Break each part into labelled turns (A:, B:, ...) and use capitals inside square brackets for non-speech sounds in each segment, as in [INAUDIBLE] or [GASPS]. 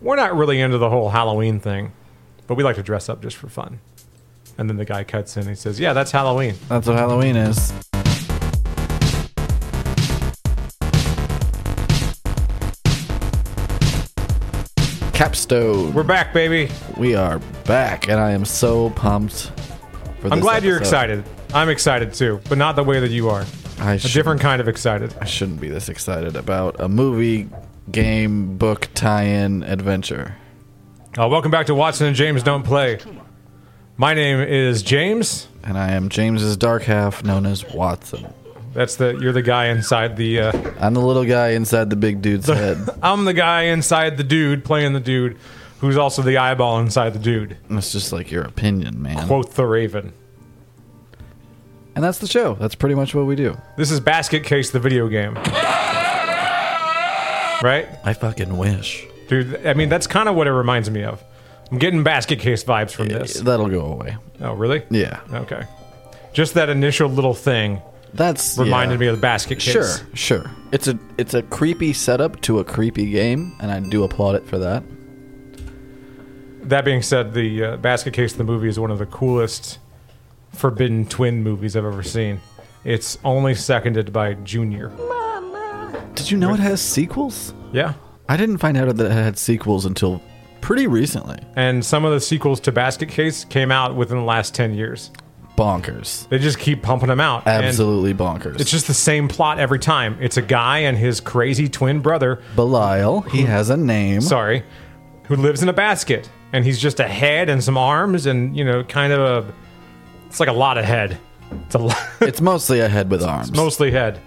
A: we're not really into the whole Halloween thing, but we like to dress up just for fun. And then the guy cuts in and he says, Yeah, that's Halloween.
B: That's what Halloween is. Capstone.
A: We're back, baby.
B: We are back, and I am so pumped. For
A: I'm
B: this
A: glad you're
B: episode.
A: excited. I'm excited too, but not the way that you are.
B: I
A: A different kind of excited.
B: I shouldn't be this excited about a movie, game, book tie-in adventure.
A: Uh, welcome back to Watson and James Don't Play. My name is James.
B: And I am James's dark half, known as Watson.
A: That's the you're the guy inside the. Uh,
B: I'm the little guy inside the big
A: [LAUGHS]
B: dude's head.
A: I'm the guy inside the dude playing the dude, who's also the eyeball inside the dude.
B: And It's just like your opinion, man.
A: Quote the Raven.
B: And that's the show. That's pretty much what we do.
A: This is Basket Case, the video game. Right,
B: I fucking wish
A: dude. I mean, that's kind of what it reminds me of. I'm getting Basket Case vibes from this.
B: that'll go away.
A: Oh, really?
B: Yeah,
A: Okay. Just that initial little thing
B: that's
A: reminded
B: yeah.
A: me of the Basket Case.
B: Sure, sure. It's a it's a creepy setup to a creepy game, and I do applaud it for that.
A: That being said, the uh, Basket Case the movie is one of the coolest Forbidden Twin movies I've ever seen. It's only seconded by Junior.
B: Did you know it has sequels?
A: Yeah.
B: I didn't find out that it had sequels until pretty recently.
A: And some of the sequels to Basket Case came out within the last 10 years.
B: Bonkers.
A: They just keep pumping them out. and
B: Absolutely bonkers.
A: it's just the same plot every time. It's a guy and his crazy twin brother,
B: Belial. He
A: Hmm.
B: has a name.
A: sorry, who lives in a basket. And he's just a head and some arms and, you know, kind of a. It's like a lot of head. It's a lot, [LAUGHS]
B: It's mostly a head with arms.
A: mostly head.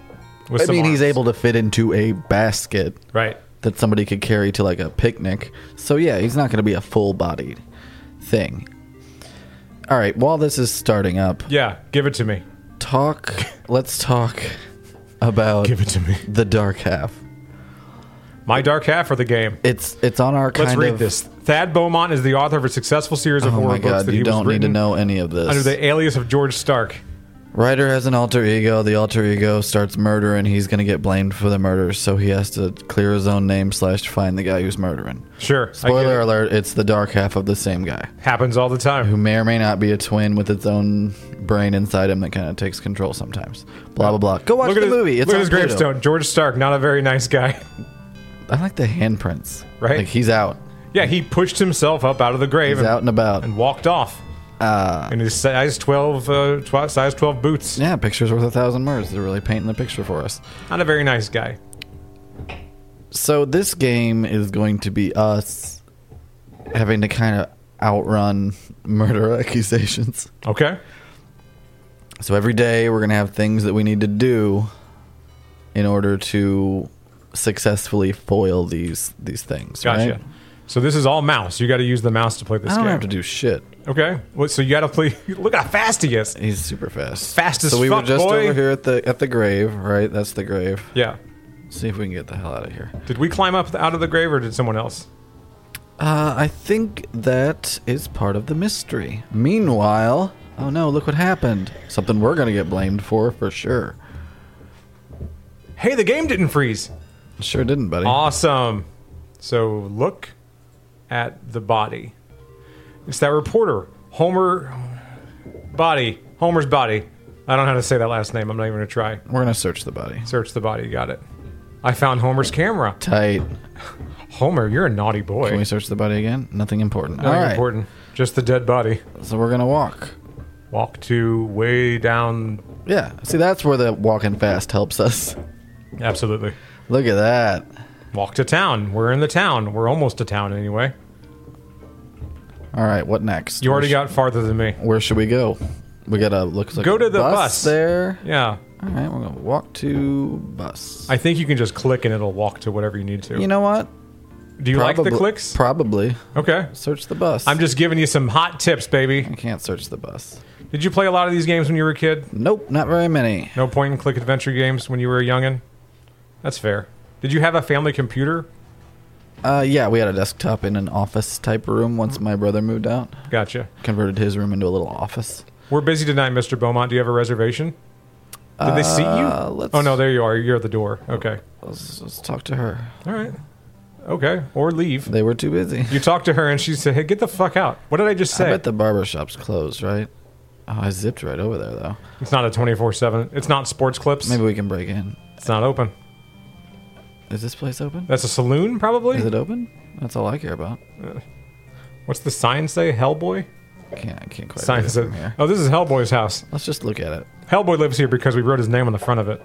A: With
B: I
A: some
B: mean, he's
A: arms.
B: able to fit into a basket
A: Right.
B: that somebody could carry to like a picnic. So yeah, he's not going to be a full-bodied thing. All right. While this is starting up,
A: Yeah, give it to me.
B: talk. Let's talk about
A: Give it to me.
B: the dark half.
A: My Dark Half or the game?
B: It's it's on our.
A: Let's
B: kind
A: read
B: of,
A: this. Thad Beaumont is the author of a successful series of
B: Oh
A: horror
B: my
A: books
B: god!
A: that
B: You
A: he was
B: don't need to
A: written
B: know any of this.
A: under the alias of George Stark.
B: Ryder has an alter ego. The alter ego starts murdering. He's gonna get blamed for the murder, so he has to clear his own name slash find the guy who's murdering.
A: Sure. I get
B: Spoiler
A: it.
B: alert: It's the dark half of the same guy,
A: Happens all the
B: who
A: time.
B: may or may not be a twin with its own brain inside him that kind of takes control sometimes. Blah blah blah. Go watch
A: Look
B: the
A: at his,
B: movie. It's
A: look at
B: on
A: his
B: Pluto.
A: gravestone. George Stark, not a very nice guy. [LAUGHS]
B: I like the handprints.
A: Right?
B: like he's out.
A: Yeah, he pushed himself up out of the grave
B: He's
A: and,
B: out and about.
A: and walked off
B: Uh,
A: in his size 12, uh, tw- size 12 boots.
B: yeah, pictures worth a thousand words. They're really painting the picture for us.
A: Not a very nice guy.
B: So this game is going to be us having to kind of outrun [LAUGHS] murder accusations.
A: Okay.
B: So every day we're going to have things that we need to do in order to successfully foil these these things,
A: Gotcha.
B: right?
A: So this is all mouse. You got to use the mouse to play this
B: I don't
A: game.
B: have to do shit.
A: Okay. Well, so you got to play. [LAUGHS] Look how fast he is.
B: He's super fast.
A: Fast as
B: So we
A: fuck,
B: were just
A: boy.
B: over here at the at the grave, right? That's the grave.
A: Yeah.
B: see if we can get the hell out of here.
A: Did we climb up out of the grave or did someone else?
B: Uh, I think that is part of the mystery. Meanwhile, oh no, look what happened. Something we're going to get blamed for, for sure.
A: Hey, the game didn't freeze.
B: Sure didn't, buddy.
A: Awesome. So look at the body. It's that reporter, Homer Body. Homer's Body. I don't know how to say that last name. I'm not even going to try.
B: We're going to search the body.
A: Search the body. Got it. I found Homer's camera.
B: Tight.
A: Homer, you're a naughty boy.
B: Can we search the body again? Nothing important.
A: Nothing
B: All right.
A: important. Just the dead body.
B: So we're going to walk.
A: Walk to way down.
B: Yeah. See, that's where the walking fast helps us. [LAUGHS]
A: Absolutely.
B: Look at that.
A: Walk to town. We're in the town. We're almost to town anyway.
B: All right. What next?
A: You already
B: Where
A: got farther than me.
B: sh- Where should we go? We got to look. Like
A: Go
B: a
A: to the
B: bus,
A: bus.
B: there.
A: Yeah.
B: All right. We're going to walk to bus.
A: I think you can just click and it'll walk to whatever you need to.
B: you know what?
A: Do you like the clicks?
B: Probably.
A: okay.
B: Search the bus.
A: I'm just giving you some hot tips, baby.
B: I can't search the bus.
A: Did you play a lot of these games when you were a kid?
B: Nope, not very many.
A: No point and click adventure games when you were a youngin'? That's fair. Did you have a family computer?
B: Uh, yeah, we had a desktop in an office type room once my brother moved out.
A: Gotcha.
B: Converted his room into a little office.
A: We're busy tonight, Mr. Beaumont. Do you have a reservation? Did they see Oh, you?
B: Uh, let's-
A: Oh, no, there you are. You're at the door. Okay.
B: Let's, let's talk to her.
A: All right. Okay, or leave.
B: They were too busy.
A: You talk to her and she said, "Hey, get the fuck out." What did I just
B: I
A: say?
B: bet the barber shop's closed, right? Oh, I zipped right over there though.
A: it's not a twenty four seven. It's not sports clips.
B: Maybe we can break in.
A: It's not open.
B: Is this place open?
A: That's a saloon, probably.
B: Is it open? That's all I care about.
A: What's the sign say? Hellboy.
B: Can't I can't quite
A: Sign
B: read it
A: says,
B: from here.
A: "Oh, this is Hellboy's house.
B: Let's just look at it.
A: Hellboy lives here because we wrote his name on the front of it."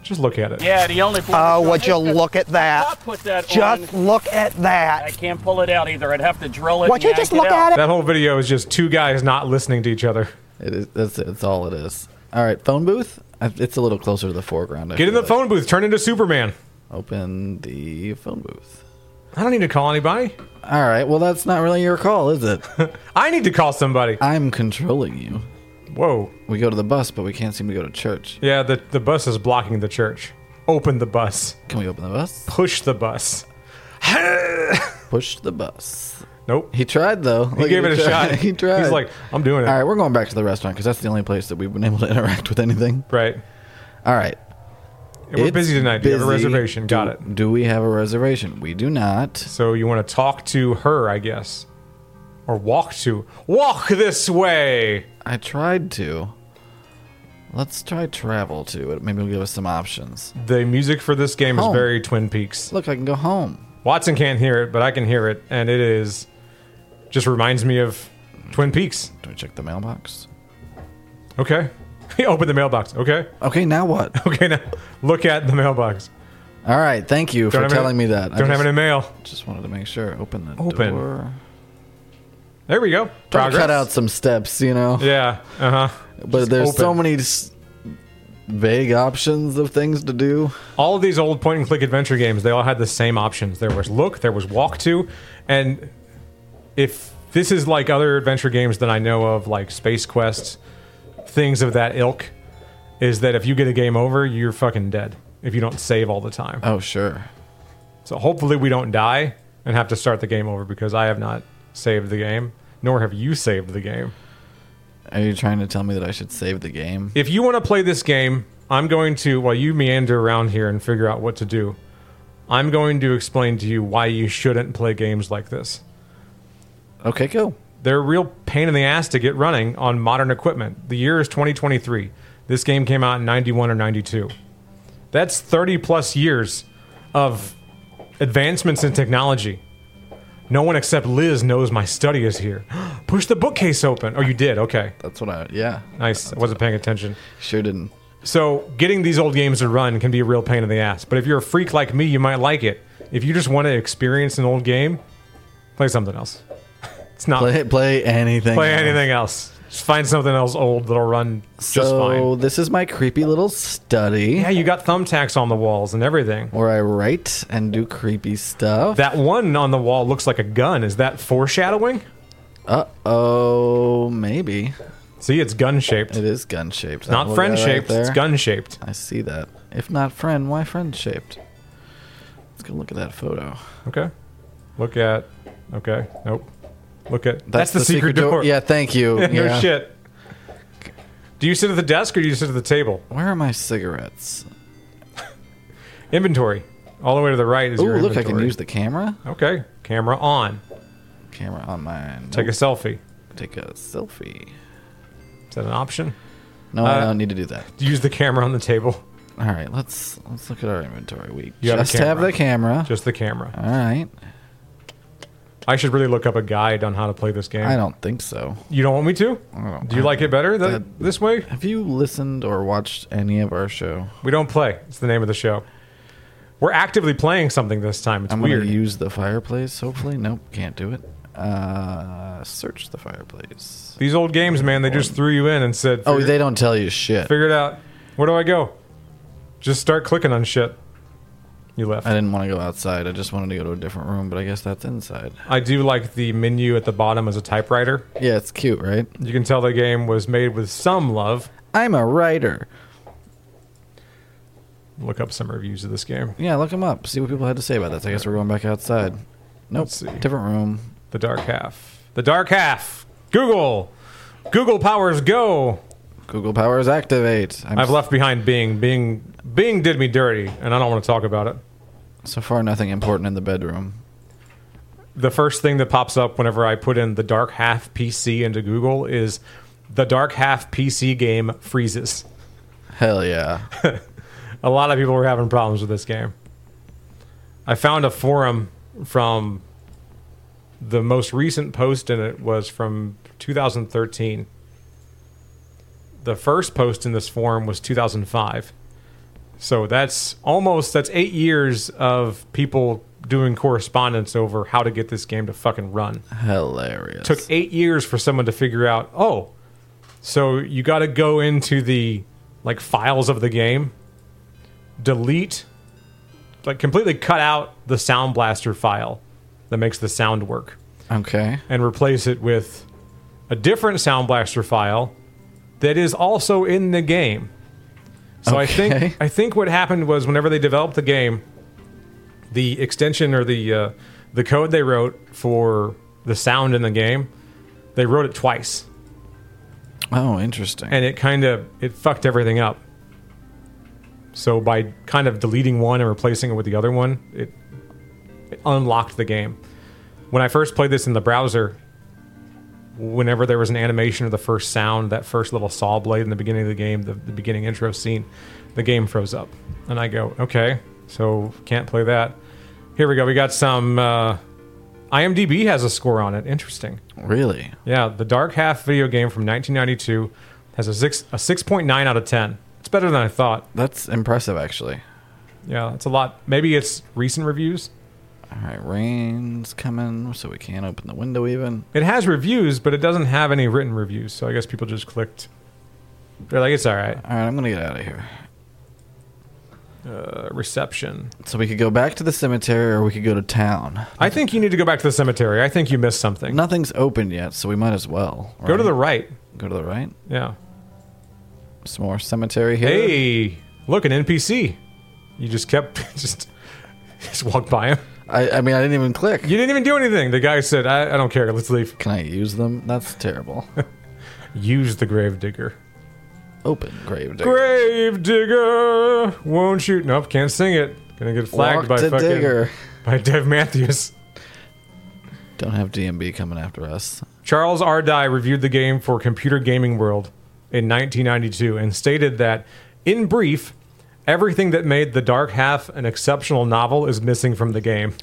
A: Just look at it.
C: Yeah, the only.
D: Oh, would you look at
C: I
D: that?
C: put that
D: Just
C: on.
D: look at
C: I
D: that.
C: can't pull it out either. I'd have to drill it.
D: Would you just look
C: out.
D: at it?
A: That whole video is just two guys not listening to each other.
B: It is. That's it. That's all it is. All right, phone booth. I- It's a little closer to the foreground. I
A: Get in
B: feel
A: the
B: like.
A: phone booth. Turn into Superman.
B: Open the phone booth.
A: I don't need to call anybody.
B: All right. Well, that's not really your call,
A: [LAUGHS]
B: is it?
A: I need to call somebody.
B: I'm controlling you.
A: Whoa.
B: We go to the bus, but we can't seem to go to church.
A: Yeah, the, the bus is blocking the church. Open the bus.
B: Can we open the bus?
A: Push the bus.
B: Push the bus.
A: Nope.
B: He tried though.
A: He gave it a shot.
B: [LAUGHS] he tried.
A: He's like, I'm doing it.
B: All right, we're going back to the restaurant because that's the only place that we've been able to [LAUGHS] interact with anything.
A: Right.
B: All right.
A: And we're
B: It's
A: busy tonight. Do you have a
B: busy.
A: reservation?
B: Do-
A: Got it.
B: Do we have a reservation? We do not.
A: So you want to talk to her, I guess. Or walk to. Walk this way!
B: I tried to. Let's try travel to it. Maybe it'll give us some options.
A: The music for this game is
B: Home.
A: very Twin Peaks.
B: Look, I can go home.
A: Watson can't hear it, but I can hear it, and it is just reminds me of Twin Peaks.
B: Do we check the mailbox?
A: Okay. [LAUGHS] He opened the mailbox. Okay. [LAUGHS]
B: Okay, now what?
A: Okay, now look at the mailbox.
B: All right, thank you for
A: have
B: telling
A: any-
B: me that. I
A: Don't
B: just,
A: have any mail.
B: just wanted to make sure. Open the
A: Open.
B: door.
A: There we go.
B: Try to
A: Progress.
B: cut out some steps, you know.
A: Yeah. Uh huh.
B: but there's so
A: open.
B: many s- vague options of things to do.
A: All of these old point and click adventure games, they all had the same options. There was look, there was walk to, and if this is like other adventure games that I know of, like Space Quest, things of that ilk, is that if you get a game over, you're fucking dead if you don't save all the time.
B: Oh sure.
A: So hopefully we don't die and have to start the game over because I have not saved the game, nor have you saved the game.
B: Are you trying to tell me that I should save the game?
A: if you want to play this game, I'm going to, while you meander around here and figure out what to do, I'm going to explain to you why you shouldn't play games like this.
B: Okay, go.
A: They're a real pain in the ass to get running on modern equipment. The year is 2023. This game came out in 91 or 92. That's 30 plus years of advancements in technology. No one except Liz knows my study is here. [GASPS] Push the bookcase open. Oh, you did? Okay.
B: That's what I. Yeah,
A: Nice. I wasn't paying attention.
B: sure didn't.
A: So getting these old games to run can be a real pain in the ass. But if you're a freak like me, you might like it. If you just want to experience an old game, play something else. [LAUGHS] It's not play,
B: Play play anything. else.
A: anything else. Just find something else old that'll run just
B: So
A: fine.
B: this is my creepy little study
A: Yeah, you got thumbtacks on the walls and everything.
B: where I write and do creepy stuff.
A: That one on the wall looks like a gun. Is that foreshadowing?
B: Uh oh, maybe
A: See, it's gun shaped.
B: it is gun shaped.
A: Not friend shaped, it's gun shaped.
B: I see that. If not friend, why friend shaped? Let's go look at that photo.
A: Okay. Look at okay. Nope. Look at that's, the, secret, door.
B: Yeah, thank you.
A: [LAUGHS] no
B: yeah.
A: shit. Do you sit at the desk or do you sit at the table?
B: Where are my cigarettes?
A: Inventory. All the way to the right is
B: Oh,
A: your
B: look, I
A: inventory.
B: can use the camera.
A: Okay, camera on.
B: Camera on mine.
A: Take a selfie.
B: take a selfie.
A: Is that an option?
B: No,
A: Uh,
B: I don't need to do that.
A: Use the camera on the table.
B: All right, let's let's look at our inventory. We
A: You have a
B: just have
A: camera.
B: the camera.
A: Just the camera.
B: All right.
A: I should really look up a guide on how to play this game.
B: I don't think so.
A: You don't want me to?
B: I don't-
A: Do you like it better th-
B: That-
A: this way?
B: Have you listened or watched any of our show?
A: We don't play. It's the name of the show. We're actively playing something this time. It's
B: I'm
A: weird.
B: gonna use the fireplace. Hopefully, nope, can't do it. Uh, search the fireplace.
A: These old games, man, they just threw you in and said,
B: Oh,
A: "Figure-
B: they don't tell you shit.
A: figure it out. Where do I go? Just start clicking on shit. You left.
B: I didn't want to go outside. I just wanted to go to a different room, but I guess that's inside.
A: I do like the menu at the bottom as a typewriter.
B: Yeah, it's cute, right?
A: You can tell the game was made with some love.
B: I'm a writer.
A: Look up some reviews of this game.
B: Yeah, look them up. See what people had to say about this. I guess we're going back outside. Nope,
A: Let's see.
B: different room.
A: The Dark Half. The Dark Half. Google. Google powers go.
B: Google powers activate. I'm
A: I've left behind Bing. Bing Bing did me dirty, and I don't want to talk about it.
B: So far, nothing important in the bedroom.
A: the first thing that pops up whenever I put in the dark half PC into Google is the dark half PC game freezes.
B: Hell yeah.
A: A lot of people were having problems with this game. I found a forum from the most recent post in it was from 2013. The first post in this forum was 2005. So that's almost that's 8 years of people doing correspondence over how to get this game to fucking run
B: Hilarious.
A: took eight years for someone to figure out oh so you got to go into the like files of the game delete like completely cut out the sound blaster file that makes the sound work
B: okay.
A: and replace it with a different sound blaster file that is also in the game. So I
B: Okay.
A: think I think what happened was whenever they developed the game, the extension or the uh, the code they wrote for the sound in the game, they wrote it twice,
B: Oh, interesting.
A: and it kind of it fucked everything up. So by kind of deleting one and replacing it with the other one, it, it unlocked the game. When I first played this in the browser, whenever there was an animation of the first sound, that first little saw blade in the beginning of the game, the, the beginning intro scene, the game froze up. And I go, okay, so can't play that. Here we go. We got some. Uh, IMDb has a score on it. Interesting.
B: really?
A: Yeah, the Dark Half video game from 1992 has a six a 6.9 out of 10. It's better than I thought.
B: That's impressive, actually.
A: Yeah, it's a lot. Maybe it's recent reviews.
B: All right, rain's coming, so we can't open the window even.
A: It has reviews, but it doesn't have any written reviews. So I guess people just clicked. They're like, it's all right.
B: All right, I'm gonna get out of here.
A: Uh, reception.
B: So we could go back to the cemetery, or we could go to town.
A: I think you need to go back to the cemetery. I think you missed something.
B: Nothing's open yet, so we might as well.
A: Go to the
B: right?
A: right.
B: go to the right.
A: Yeah.
B: Some more cemetery here.
A: Hey, look, an NPC. You just kept [LAUGHS] just just walked by him.
B: I, I mean, I didn't even click.
A: You didn't even do anything. The guy said, I, I don't care. Let's leave.
B: Can I use them? That's
A: [LAUGHS]
B: terrible.
A: Use the grave digger.
B: Open grave digger.
A: Grave digger, won't you? Nope, can't sing it. Gonna get
B: Walk
A: flagged by
B: to
A: fucking
B: digger.
A: by Dev Matthews.
B: Don't have DMB coming after us.
A: Charles R. Dye reviewed the game for Computer Gaming World in 1992 and stated that, in brief, everything that made The Dark Half an exceptional novel is missing from the game,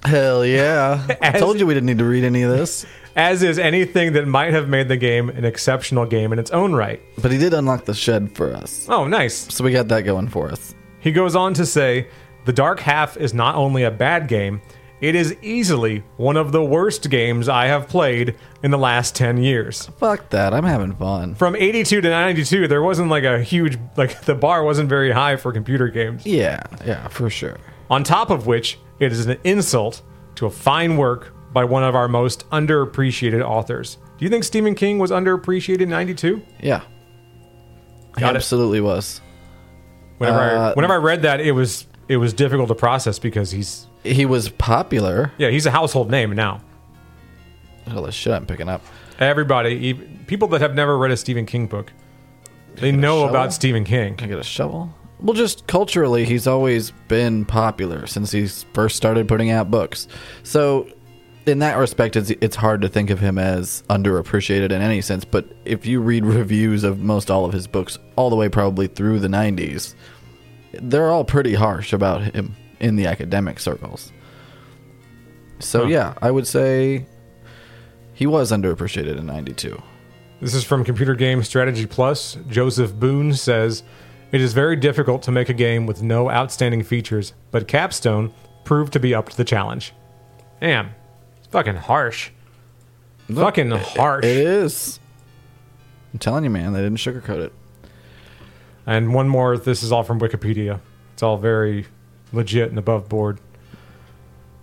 A: [LAUGHS]
B: Hell yeah! I
A: As-
B: told you we didn't need to read any of this.
A: as is anything that might have made the game an exceptional game in its own right.
B: But he did unlock the shed for us,
A: Oh, nice.
B: so we got that going for us.
A: He goes on to say, The Dark Half is not only a bad game, it is easily one of the worst games I have played in the last 10 years.
B: Fuck that! I'm having fun.
A: From 82 to 92, there wasn't like a huge, like [LAUGHS] the bar wasn't very high for computer games.
B: Yeah, yeah, for sure.
A: On top of which, it is an insult to a fine work by one of our most underappreciated authors. Do you think Stephen King was underappreciated in 92?
B: Yeah, He
A: Got it.
B: absolutely was.
A: Whenever, I,
B: Uh,
A: whenever I read that, it was it was difficult to process because he's
B: He was popular.
A: yeah he's a household name now.
B: All the shit I'm picking up.
A: Everybody, even, people that have never read a Stephen King book, they know
B: shovel?
A: about Stephen King.
B: Can I get a shovel? Well, just culturally, he's always been popular since he first started putting out books. So, in that respect, it's, it's hard to think of him as underappreciated in any sense. But if you read [LAUGHS] reviews of most all of his books, all the way probably through the 90s, they're all pretty harsh about him in the academic circles. So,
A: Huh.
B: yeah, I would say he was underappreciated in 92.
A: This is from Computer Game Strategy Plus. Joseph Boone says, It is very difficult to make a game with no outstanding features, but Capstone proved to be up to the challenge. Damn. It's fucking harsh. fucking harsh.
B: It is. I'm telling you, man, they didn't sugarcoat it.
A: And one more, this is all from Wikipedia. It's all very legit and above board.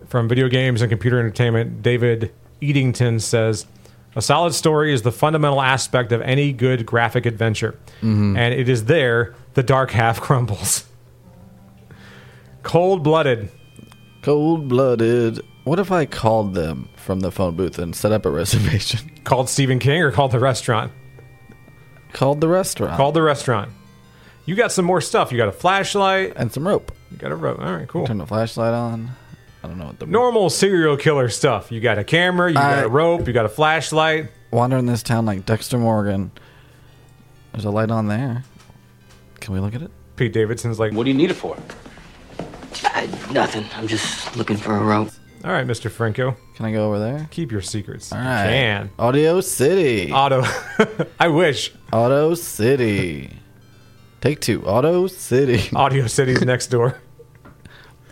A: From video games and computer entertainment, David Edington says A solid story is the fundamental aspect of any good graphic adventure. And it is there the dark half [LAUGHS] crumbles. Cold blooded.
B: Cold blooded. What if I called them from the phone booth and set up a [LAUGHS] reservation?
A: Called Stephen King or called the restaurant?
B: called the restaurant
A: Called the restaurant. You got some more stuff. You got a flashlight.
B: and some rope.
A: You got a rope. All right, cool.
B: Turn the flashlight on. I don't know what the
A: Normal serial killer stuff. You got a camera, you got
B: I-
A: a rope, you got a flashlight.
B: wandering this town like Dexter Morgan. There's a light on there. Can we look at it?
A: Pete Davidson's like,
D: What do you need it for?
E: Uh, nothing. I'm just looking for a rope.
A: all right, Mr. Franco,
B: Can I go over there?
A: keep your secrets.
B: All
A: You
B: right.
A: Can. Uh.
B: Audio City.
A: Auto. [LAUGHS] I wish.
B: Auto City. Take two.
A: [LAUGHS]
B: Auto City.
A: Audio City's next door.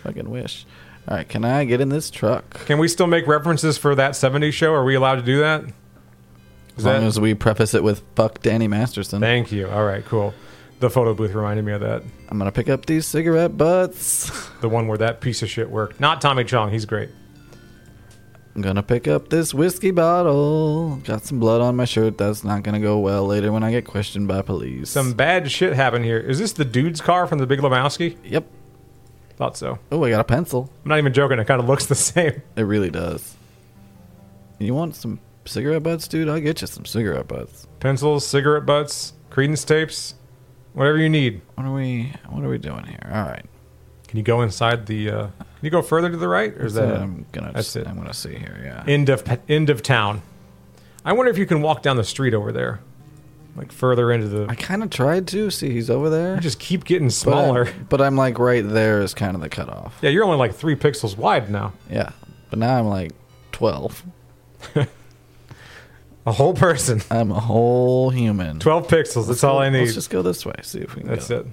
B: Fucking wish. All right, can I get in this truck?
A: Can we still make references for that 70s show? Are we allowed to do that? Is
B: As long
A: that-
B: as we preface it with "fuck Danny Masterson,"
A: Thank you. All right, cool. The photo booth reminded me of that.
B: I'm gonna pick up these cigarette butts. [LAUGHS]
A: The one where that piece of shit worked. Not Tommy Chong. He's great.
B: I'm gonna pick up this whiskey bottle. Got some blood on my shirt. That's not gonna go well later when I get questioned by police.
A: Some bad shit happened here. Is this the dude's car from The Big Lebowski?
B: Yep.
A: Thought so.
B: Oh, I got a pencil.
A: I'm not even joking. It kind of looks the [LAUGHS] same.
B: It really does. You want some cigarette butts, dude? I'll get you some cigarette butts.
A: Pencils, cigarette butts, credence tapes, whatever you need.
B: What are we? What are we doing here? All right.
A: Can you go inside the? Uh, can you go further to the right, or is
B: So
A: that it?
B: I'm gonna.
A: that's it.
B: I'm gonna see here. Yeah.
A: end of end of town? I wonder if you can walk down the street over there, like further into the.
B: I kind of tried to see he's over there.
A: You just keep getting
B: but um, I'm-
A: smaller.
B: But I'm, like right there is kind of the cutoff.
A: yeah, you're only like three pixels wide now.
B: Yeah. But now I'm like twelve.
A: A whole person, [LAUGHS]
B: I'm a whole human.
A: twelve pixels. That's all I need.
B: Let's just go this way. See if we can.
A: That's
B: go.
A: it.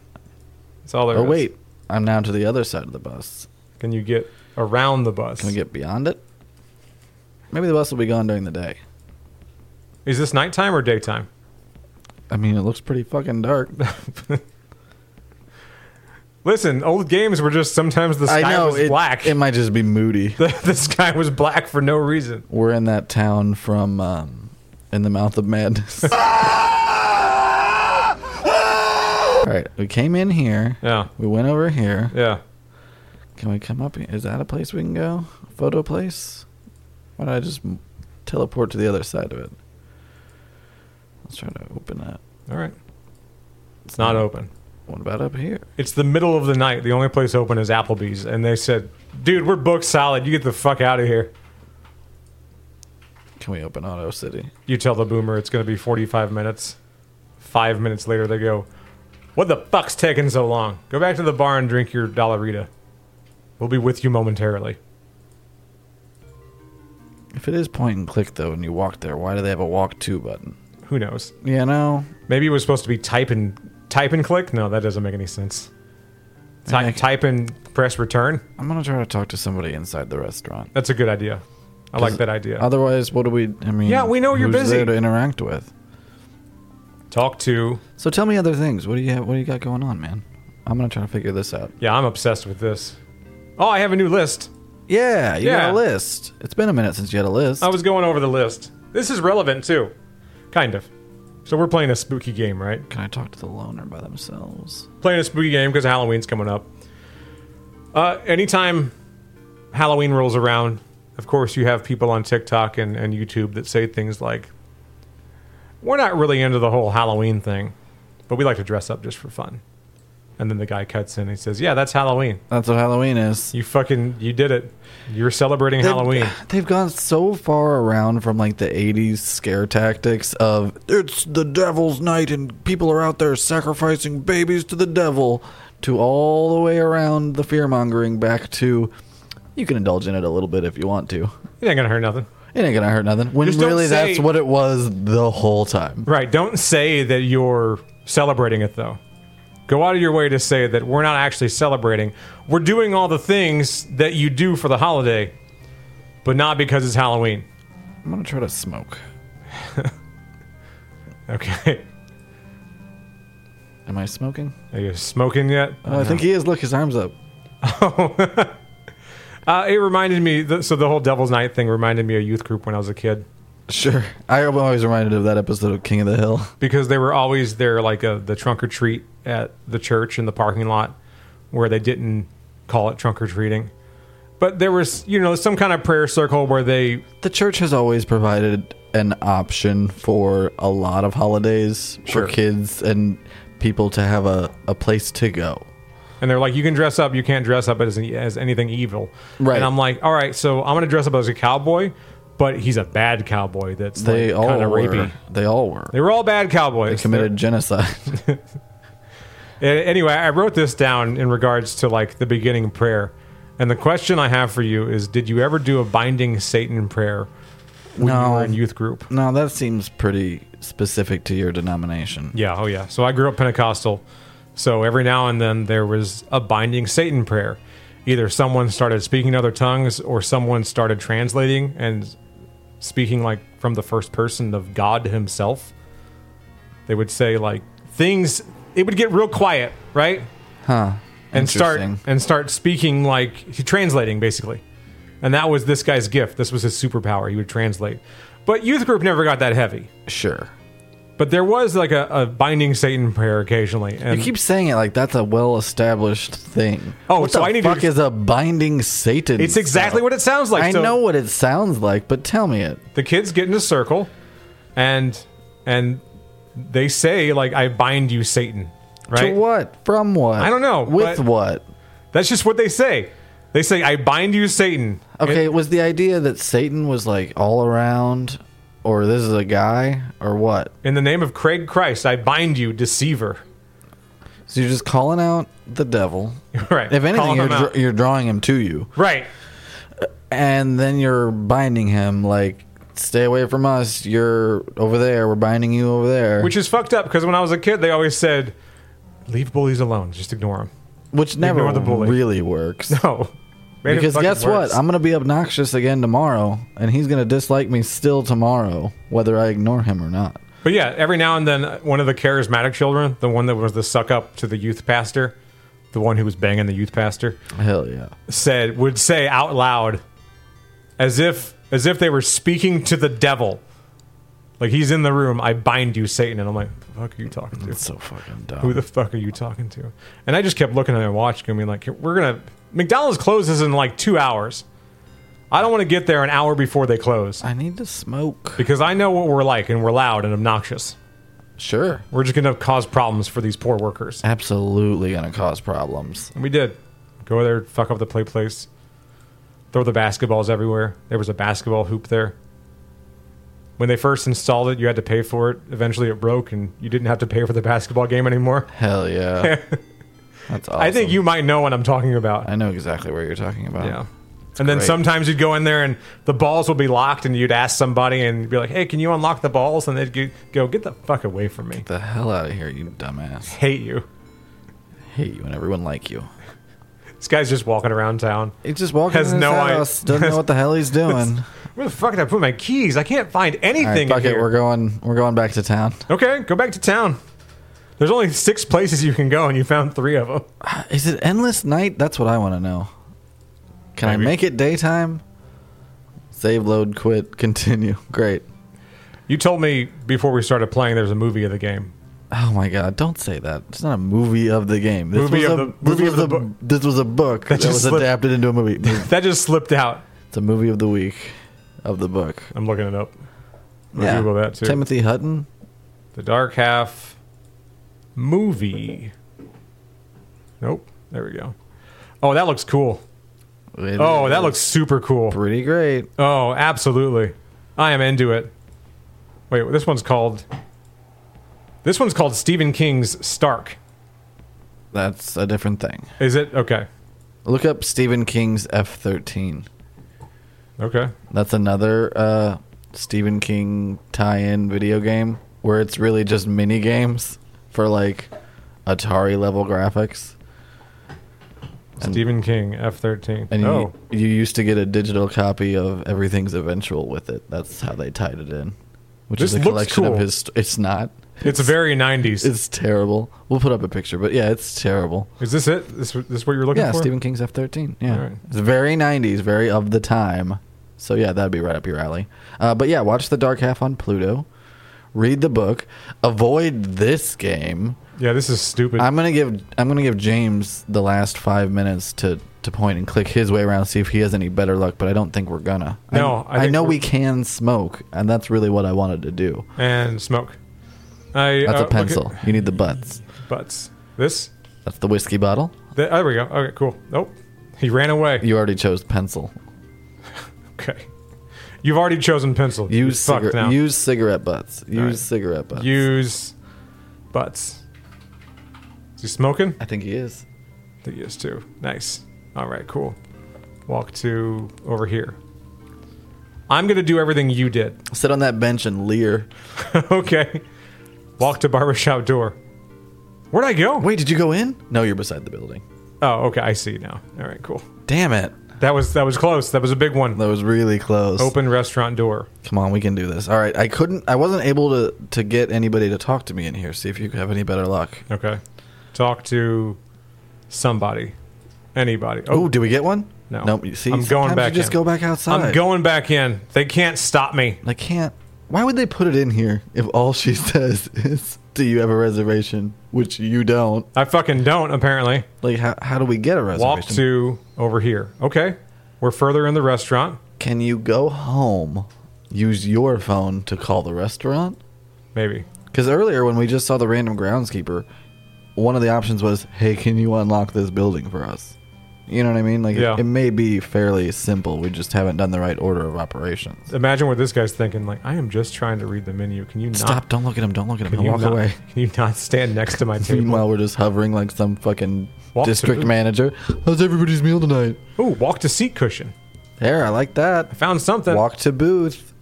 A: That's all there is.
B: Oh wait, I'm now to the other side of the bus.
A: Can you get around the bus?
B: Can we get beyond it? Maybe the bus will be gone during the day.
A: is this nighttime or daytime?
B: I mean, it looks pretty fucking dark.
A: Listen, old games were just sometimes the
B: [LAUGHS] I
A: sky
B: know
A: was
B: it,
A: black.
B: it might just be moody.
A: [LAUGHS] the, the sky was black for no reason.
B: We're in that town from um, In the Mouth of
A: [LAUGHS]
B: Madness. All right, we came in here.
A: Yeah,
B: We went over here.
A: yeah.
B: Can we come up? here? Is that a place we can go? Photo place? Why don't I just m- teleport to the other side of it? Let's try to open that.
A: All right. It's not open.
B: What about up here?
A: It's the middle of the night. The only place open is Applebee's, and they said, "Dude, we're booked solid. You get the fuck out of here."
B: Can we open Auto City?
A: You tell the boomer it's going to be 45 minutes. Five minutes later, they go, "What the fuck's taking so long? Go back to the bar and drink your Dollarita. We'll be with you momentarily."
B: If it is point and click though, and you walk there, why do they have a walk to button?
A: Who knows?
B: You know,
A: Maybe it was supposed to be type and type and click. No, that doesn't make any sense. Ty-
B: Make-
A: type and press return.
B: I'm gonna try to talk to somebody inside the restaurant.
A: That's a good idea. I like that idea.
B: Otherwise, what do we? I mean,
A: Yeah, we know you're
B: who's
A: busy.
B: there to interact with.
A: Talk to.
B: So tell me other things. What do you have? What do you got going on, man? I'm gonna try to figure this out.
A: Yeah, I'm obsessed with this. Oh, I have a new list.
B: Yeah, you
A: Yeah.
B: got a list. It's been a minute since you had a list.
A: I was going over the list. This is relevant too, kind of. So we're playing a spooky game, right?
B: Can I talk to the loner by themselves?
A: Playing a spooky game because Halloween's coming up. Uh, anytime Halloween rolls around, of course you have people on TikTok and, and YouTube that say things like, "We're not really into the whole Halloween thing, but we like to dress up just for fun." And then the guy cuts in and he says, "Yeah, that's Halloween.
B: That's what Halloween is.
A: You fucking you did it. You're celebrating Halloween."
B: They've, they've gone so far around from like the 80s scare tactics of it's the devil's night and people are out there sacrificing babies to the devil to all the way around the fear mongering back to you can indulge in it a little bit if you want to.
A: It ain't gonna hurt nothing.
B: It ain't gonna hurt nothing. When
A: Just don't
B: really
A: say-
B: that's what it was the whole time.
A: Right. Don't say that you're celebrating it, though. Go out of your way to say that we're not actually celebrating. We're doing all the things that you do for the holiday, but not because it's Halloween.
B: I'm gonna try to smoke.
A: Okay. [LAUGHS]
B: Am I smoking?
A: Are you smoking yet?
B: Oh, I think he is. Look, his arms up.
A: Uh, it reminded me, th- so the whole Devil's Night thing reminded me of youth group when I was a kid
B: Sure. I am always reminded of that episode of King of the Hill.
A: because they were always there, like a, the trunk or treat at the church in the parking lot where they didn't call it trunk or treating. But there was, you know, some kind of prayer circle where they
B: The church has always provided an option for a lot of holidays
A: Sure.
B: for kids and people to have a, a place to go.
A: and they're like, "You can dress up. You can't dress up as as anything evil."
B: Right.
A: And I'm like, "All right, so I'm gonna dress up as a cowboy, but he's a bad cowboy. That's
B: They
A: like,
B: all
A: kind of
B: were.
A: rapey.
B: They all were.
A: They were all bad cowboys.
B: committed genocide. [LAUGHS]
A: A- Anyway, I wrote this down in regards to like the beginning prayer, and the question I have for you is: Did you ever do a binding Satan prayer when you
B: No.
A: were in youth group?
B: no, that seems pretty specific to your denomination.
A: Yeah, oh yeah. So I grew up Pentecostal. So every now and then there was a binding Satan prayer. Either someone started speaking in other tongues or someone started translating and speaking like from the first person of God himself. They would say like things it would get real quiet, right?
B: Huh.
A: and start
B: Interesting.
A: and start speaking like translating basically and that was this guy's gift this was his superpower he would translate but youth group never got that heavy
B: Sure.
A: but there was like a, a binding satan prayer occasionally and
B: You keep saying it like that's a well-established thing.
A: Oh,
B: what
A: so
B: the
A: I need to
B: fuck
A: ex-
B: is a binding Satan?
A: it's exactly
B: spell?
A: what it sounds like
B: I
A: So
B: know what it sounds like, but tell me it.
A: the kids get in a circle and and they say like i bind you satan right
B: To what? From what?
A: I don't know,
B: With
A: but-
B: what?
A: that's just what they say they say i bind you satan
B: Okay, was the idea that Satan was like all around, or this is a guy, or what?
A: in the name of craig christ i bind you deceiver [LAUGHS]
B: So you're just calling out the devil.
A: right
B: If anything,
A: Calling
B: you're,
A: them out.
B: dr- you're drawing him to you,
A: right
B: and then you're binding him. Like, stay away from us. You're over there. We're binding you over there.
A: Which is fucked up because when I was a kid, they always said, "Leave bullies alone, just ignore [LAUGHS] them."
B: which never
A: ignore the bully.
B: really works.
A: No, Made [LAUGHS] it
B: Because
A: fucking
B: guess
A: worse.
B: what? I'm gonna be obnoxious again tomorrow, and he's gonna dislike me still tomorrow, whether I ignore him or not.
A: But yeah, every now and then, uh, one of the charismatic children, the one that was the suck up to the youth pastor, the one who was banging the youth pastor,
B: Hell yeah!
A: said would say out loud, as if as if they were speaking to the devil, like he's in the room. I bind you, Satan, and I'm like, "The fuck are you talking to?"
B: It's so fucking dumb.
A: who the fuck are you talking to? And I just kept looking at my watch, and being like, we're gonna McDonald's closes in like two hours. I don't want to get there an hour before they close
B: I need to smoke.
A: because I know what we're like, and we're loud and obnoxious.
B: Sure.
A: We're just gonna cause problems for these poor workers.
B: Absolutely gonna cause problems.
A: And we did go there, fuck up the play place, throw the basketballs everywhere. There was a basketball hoop there. When they first installed it, you had to pay for it. Eventually, it broke, and you didn't have to pay for the basketball game anymore.
B: Hell
A: [LAUGHS]
B: yeah. That's awesome.
A: I think you might know what I'm talking about.
B: I know exactly what you're talking about.
A: Yeah. And then
B: great.
A: sometimes you'd go in there and the balls would be locked, and you'd ask somebody and be like, "Hey, can you unlock the balls?" And they'd g- go, "Get the fuck away from me!
B: The hell out of here, you dumbass.
A: Hate you."
B: Hate you and everyone like you.
A: This guy's just walking around town.
B: He just walking
A: Has
B: in his
A: no i-
B: house, doesn't know what the
A: [LAUGHS]
B: hell he's doing.
A: Where the fuck did I put my keys? I can't find
B: All
A: anything.
B: right,
A: in
B: fuck it,
A: here."
B: we're going we're going back to town.
A: okay, go back to town. There's only six places you can go, and you found three of them.
B: Uh, Is it endless night? That's what I want to know. Can
A: Maybe.
B: I make it daytime? Save load quit [LAUGHS] continue. Great.
A: You told me before we started playing there's a movie of the game.
B: Oh my god, don't say that. It's not a movie of the game. This
A: Movie
B: was
A: of
B: a,
A: the-
B: this
A: movie
B: was
A: of the
B: a,
A: book.
B: This was a book that,
A: just
B: was
A: slipped-
B: adapted into
A: [LAUGHS]
B: a movie.
A: That just slipped out.
B: it's a movie of the week of the book.
A: I'm looking it up.
B: Yeah.
A: Google that too.
B: Timothy Hutton.
A: The Dark Half movie. Nope. There we go. Oh, that looks cool.
B: It
A: Oh,
B: is
A: that looks super cool.
B: pretty great.
A: Oh, absolutely. I am into it. Wait, this one's called. This one's called Stephen King's Stark.
B: That's a different thing.
A: Is it? Okay.
B: Look up Stephen King's F13.
A: Okay.
B: That's another uh, Stephen King tie-in video game where it's really just mini games for like Atari level graphics.
A: Stephen King, F13.
B: And you,
A: oh,
B: you used to get a digital copy of Everything's Eventual with it. That's how they tied it in, which
A: This
B: is a
A: looks
B: collection
A: cool.
B: of his. st- It's not.
A: it's very 90s. Is,
B: It's terrible. We'll put up a picture, but yeah, it's terrible.
A: this it? This, this what you're looking
B: Yeah,
A: for?
B: Stephen King's F13. Yeah,
A: All right.
B: it's very '90s, very of the time. So yeah, that'd be right up your alley. Uh, but yeah, watch The Dark Half on Pluto. Read the book. Avoid this game.
A: Yeah, this is stupid.
B: I'm gonna give I'm gonna give James the last five minutes to to point and click his way around, see if he has any better luck. But I don't think we're gonna. I-
A: No, I
B: I,
A: think
B: know we
A: we're-
B: can smoke, and that's really what I wanted to do.
A: and smoke. I,
B: That's
A: uh,
B: a
A: look at-
B: pencil. You need the butts.
A: Butts. This?
B: That's the whiskey bottle.
A: Th- oh, There we go. Okay, cool. Nope. He ran away.
B: You already chose pencil.
A: Okay. You've already chosen pencil. You're
B: Use
A: fucked now.
B: cigarette. Use cigarette butts. Use
A: right.
B: cigarette butts.
A: Use butts. Is he smoking?
B: I think he is.
A: I think he is too. Nice. All right, cool. Walk to over here. I'm going to do everything you did. [LAUGHS]
B: Sit on that bench and leer.
A: okay. Walk to barbershop door. Where'd I go?
B: Wait, did you go in? No, you're beside the building.
A: Oh, okay. I see now. All right, cool.
B: Damn it.
A: That was that was close. That was a big one.
B: That was really close.
A: Open restaurant door.
B: Come on, we can do this. All right, I couldn't. I wasn't able to to get anybody to talk to me in here. See if you have any better luck.
A: Okay. Talk to somebody. Anybody. Oh,
B: Oh, do we get one?
A: No.
B: Nope. You see,
A: I'm going
B: sometimes
A: back
B: You just
A: in.
B: go back outside.
A: I'm going back in. They can't stop me.
B: I can't. Why would they put it in here if all she [LAUGHS] says is, "Do you have a reservation?" Which you don't.
A: I fucking don't apparently.
B: Like, how, how do we get a reservation?
A: Walk to over here. Okay. We're further in the restaurant.
B: Can you go home? Use your phone to call the restaurant.
A: Maybe.
B: Because earlier, when we just saw the random groundskeeper, one of the options was, "Hey, can you unlock this building for us?" You know what I mean? Like, it-
A: Yeah.
B: it, may be fairly simple. We just haven't done the right order of operations.
A: Imagine what this guy's thinking. Like, I am just trying to read the menu. Can you not
B: Stop! Don't look at him! Don't look at him!
A: Can
B: He'll
A: you
B: walk
A: not,
B: away.
A: Can you not stand next to
B: [LAUGHS]
A: my table?
B: Meanwhile, we're just hovering like some fucking
A: Walk to
B: district
A: booth.
B: manager. How's everybody's meal tonight?
A: Ooh, walk to seat cushion.
B: There, I like that.
A: Found something.
B: Walk to booth.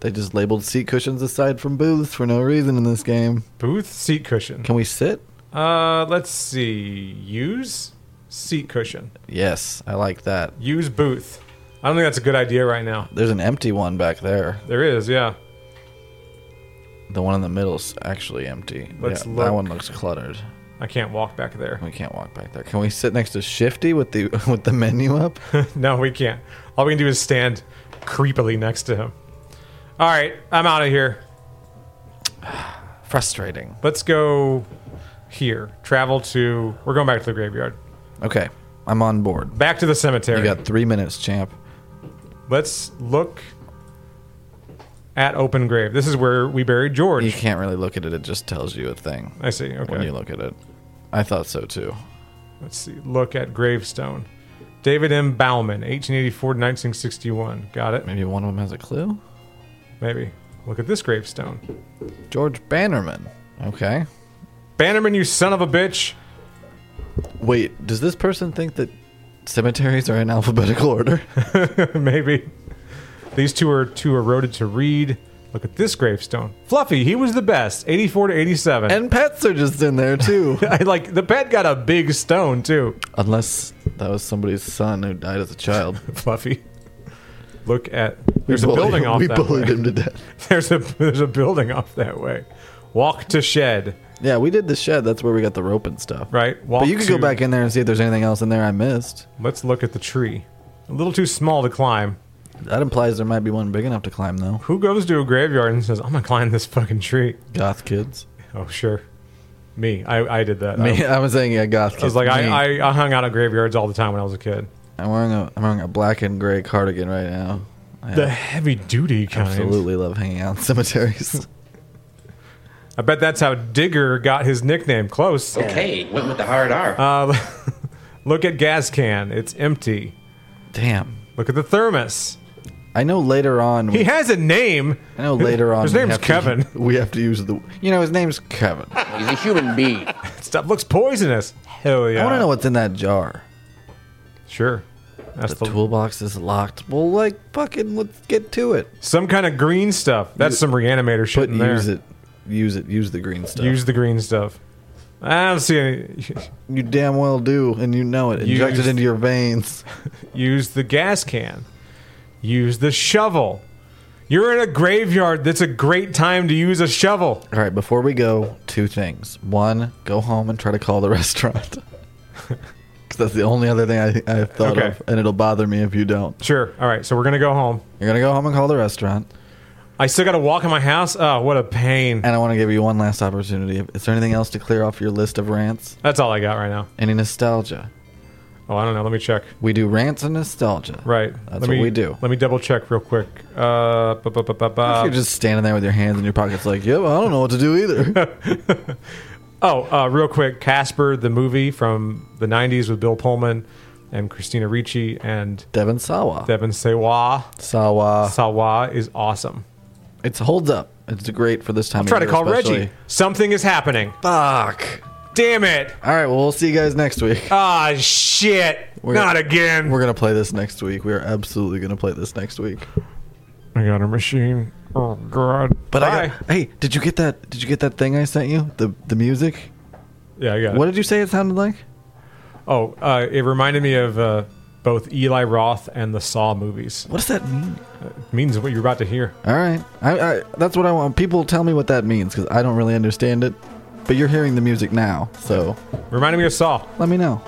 B: They just labeled seat cushions aside from booths for no reason in this game.
A: Booth seat cushion.
B: Can we sit?
A: Uh, let's see. Use seat cushion.
B: Yes, I like that.
A: Use booth. I don't think that's a good idea right now.
B: There's an empty one back there.
A: There is, yeah.
B: The one in the middle's actually empty.
A: Let's
B: yeah,
A: look.
B: That one looks cluttered.
A: I can't walk back there.
B: We can't walk back there. Can we sit next to Shifty with the [LAUGHS] with the
A: [LAUGHS]
B: menu up?
A: no, we can't. All we can do is stand creepily next to him. All right, I'm out of here.
B: Frustrating.
A: Let's go here. Travel to. We're going back to the graveyard.
B: Okay, I'm on board.
A: Back to the cemetery.
B: You got three minutes, champ.
A: Let's look at open grave. This is where we buried George.
B: You can't really look at it. It just tells you a thing
A: I see. Okay.
B: when you look at it. I thought so too.
A: Let's see. Look at gravestone. David M. Bauman, 1884 to 1961. Got it?
B: Maybe one of them has a clue.
A: Maybe. Look at this gravestone.
B: George Bannerman. Okay.
A: Bannerman, you son of a bitch. [LAUGHS]
B: Wait, does this person think that cemeteries are in
A: [LAUGHS]
B: alphabetical [LAUGHS] order?
A: Maybe. These two are too eroded to read. Look at this gravestone. Fluffy, he was the best, 84 to 87.
B: and pets are just in there too.
A: [LAUGHS] I like the pet got a big stone too. [LAUGHS]
B: Unless that was somebody's son who died as a child.
A: Fluffy. Look at
B: We
A: [LAUGHS] there's a
B: bullied-
A: building off
B: We
A: that
B: bullied
A: way.
B: him to
A: [LAUGHS]
B: death.
A: There's a there's a building off that way. Walk to shed,
B: Yeah, we did the shed. That's where we got the rope and stuff.
A: right? Walk
B: But you could
A: to,
B: go back in there and see if there's anything else in there I missed.
A: Let's look at the tree. A little too small to climb.
B: That implies there might be one big enough to climb, though.
A: Who goes to a graveyard and says, "I'm gonna climb this fucking tree"?
B: Goth kids.
A: Oh, sure, me. I, I did that.
B: [LAUGHS] Me,
A: I,
B: I was saying, yeah, goth kids.
A: I was like,
B: Me.
A: I, I, I hung out at graveyards all the time when I was a kid.
B: I'm wearing a I'm wearing a black and gray cardigan right now. I
A: The heavy duty kind.
B: absolutely love hanging out in cemeteries.
A: [LAUGHS] I bet that's how Digger got his nickname. Close.
D: Okay, went with the hard R.
A: Uh, [LAUGHS] look at gas can. It's empty.
B: Damn.
A: Look at the thermos.
B: I know later on.
A: He
B: We,
A: has a name.
B: I know later on.
A: His
B: we
A: name's
B: have to-
A: Kevin.
B: [LAUGHS] we have to use the. You know, his name's Kevin. I
D: He's a human being.
A: Stuff looks poisonous. Hell yeah.
B: want to know what's in that jar.
A: Sure. That's
B: The
A: the,
B: toolbox is locked. Well, like fucking, let's get to it.
A: some kind of green stuff. That's some reanimator shit
B: But
A: in there.
B: use it. Use it. Use the green stuff.
A: Use the green stuff. I don't see any. [LAUGHS]
B: you damn well do, and you know it. Inject
A: Use-
B: it into your veins.
A: Use the gas can. Use the shovel. You're in a graveyard. That's a great time to use a shovel.
B: [LAUGHS] All right, before we go, two things. One, go home and try to call the [LAUGHS] restaurant. 'Cause that's the only other thing I, I've thought
A: Okay.
B: of, and it'll bother me if you don't.
A: Sure. All right. So we're gonna go home.
B: You're going to go home and call the restaurant,
A: I still gotta walk in my house. Oh, what a pain.
B: and I want to give you one last opportunity. Is there anything else to clear off your list of rants?
A: That's all I got right now.
B: Any nostalgia?
A: Oh, I don't know. Let me check.
B: We do rants and nostalgia.
A: Right.
B: That's
A: let
B: what
A: me,
B: we do.
A: Let me double check real quick. Uh, ba- ba- ba- ba- ba. [LAUGHS]
B: You're just standing there with your hands in your pockets, like, yep, I don't know what to do either.
A: Oh, uh, real quick, Casper, the movie from the '90s with Bill Pullman and Christina Ricci and
B: Devin Sawa.
A: Devin Sawa.
B: Sawa.
A: Sawa is awesome.
B: It holds up. It's great for this time.
A: Try to call Reggie. Something is happening.
B: Fuck.
A: Damn it!
B: All right. Well, we'll see you guys next week. [LAUGHS]
A: Ah, shit!
B: We're-
A: Not again.
B: We're gonna play this next week. We are absolutely gonna play this next week.
A: I got a machine. Oh god.
B: But
A: Bye.
B: I got, hey, did you get that? Did you get that thing I sent you? The the music.
A: yeah, I got
B: What
A: it.
B: did you say it sounded like?
A: Oh, uh, it reminded me of uh, both Eli Roth and the Saw movies.
B: What does that mean?
A: It means what you're about to hear.
B: All right, I, I, that's what I want. People tell me what that means because I don't really understand it. But you're hearing the music now, so
A: Reminded me of Saw.
B: let me know.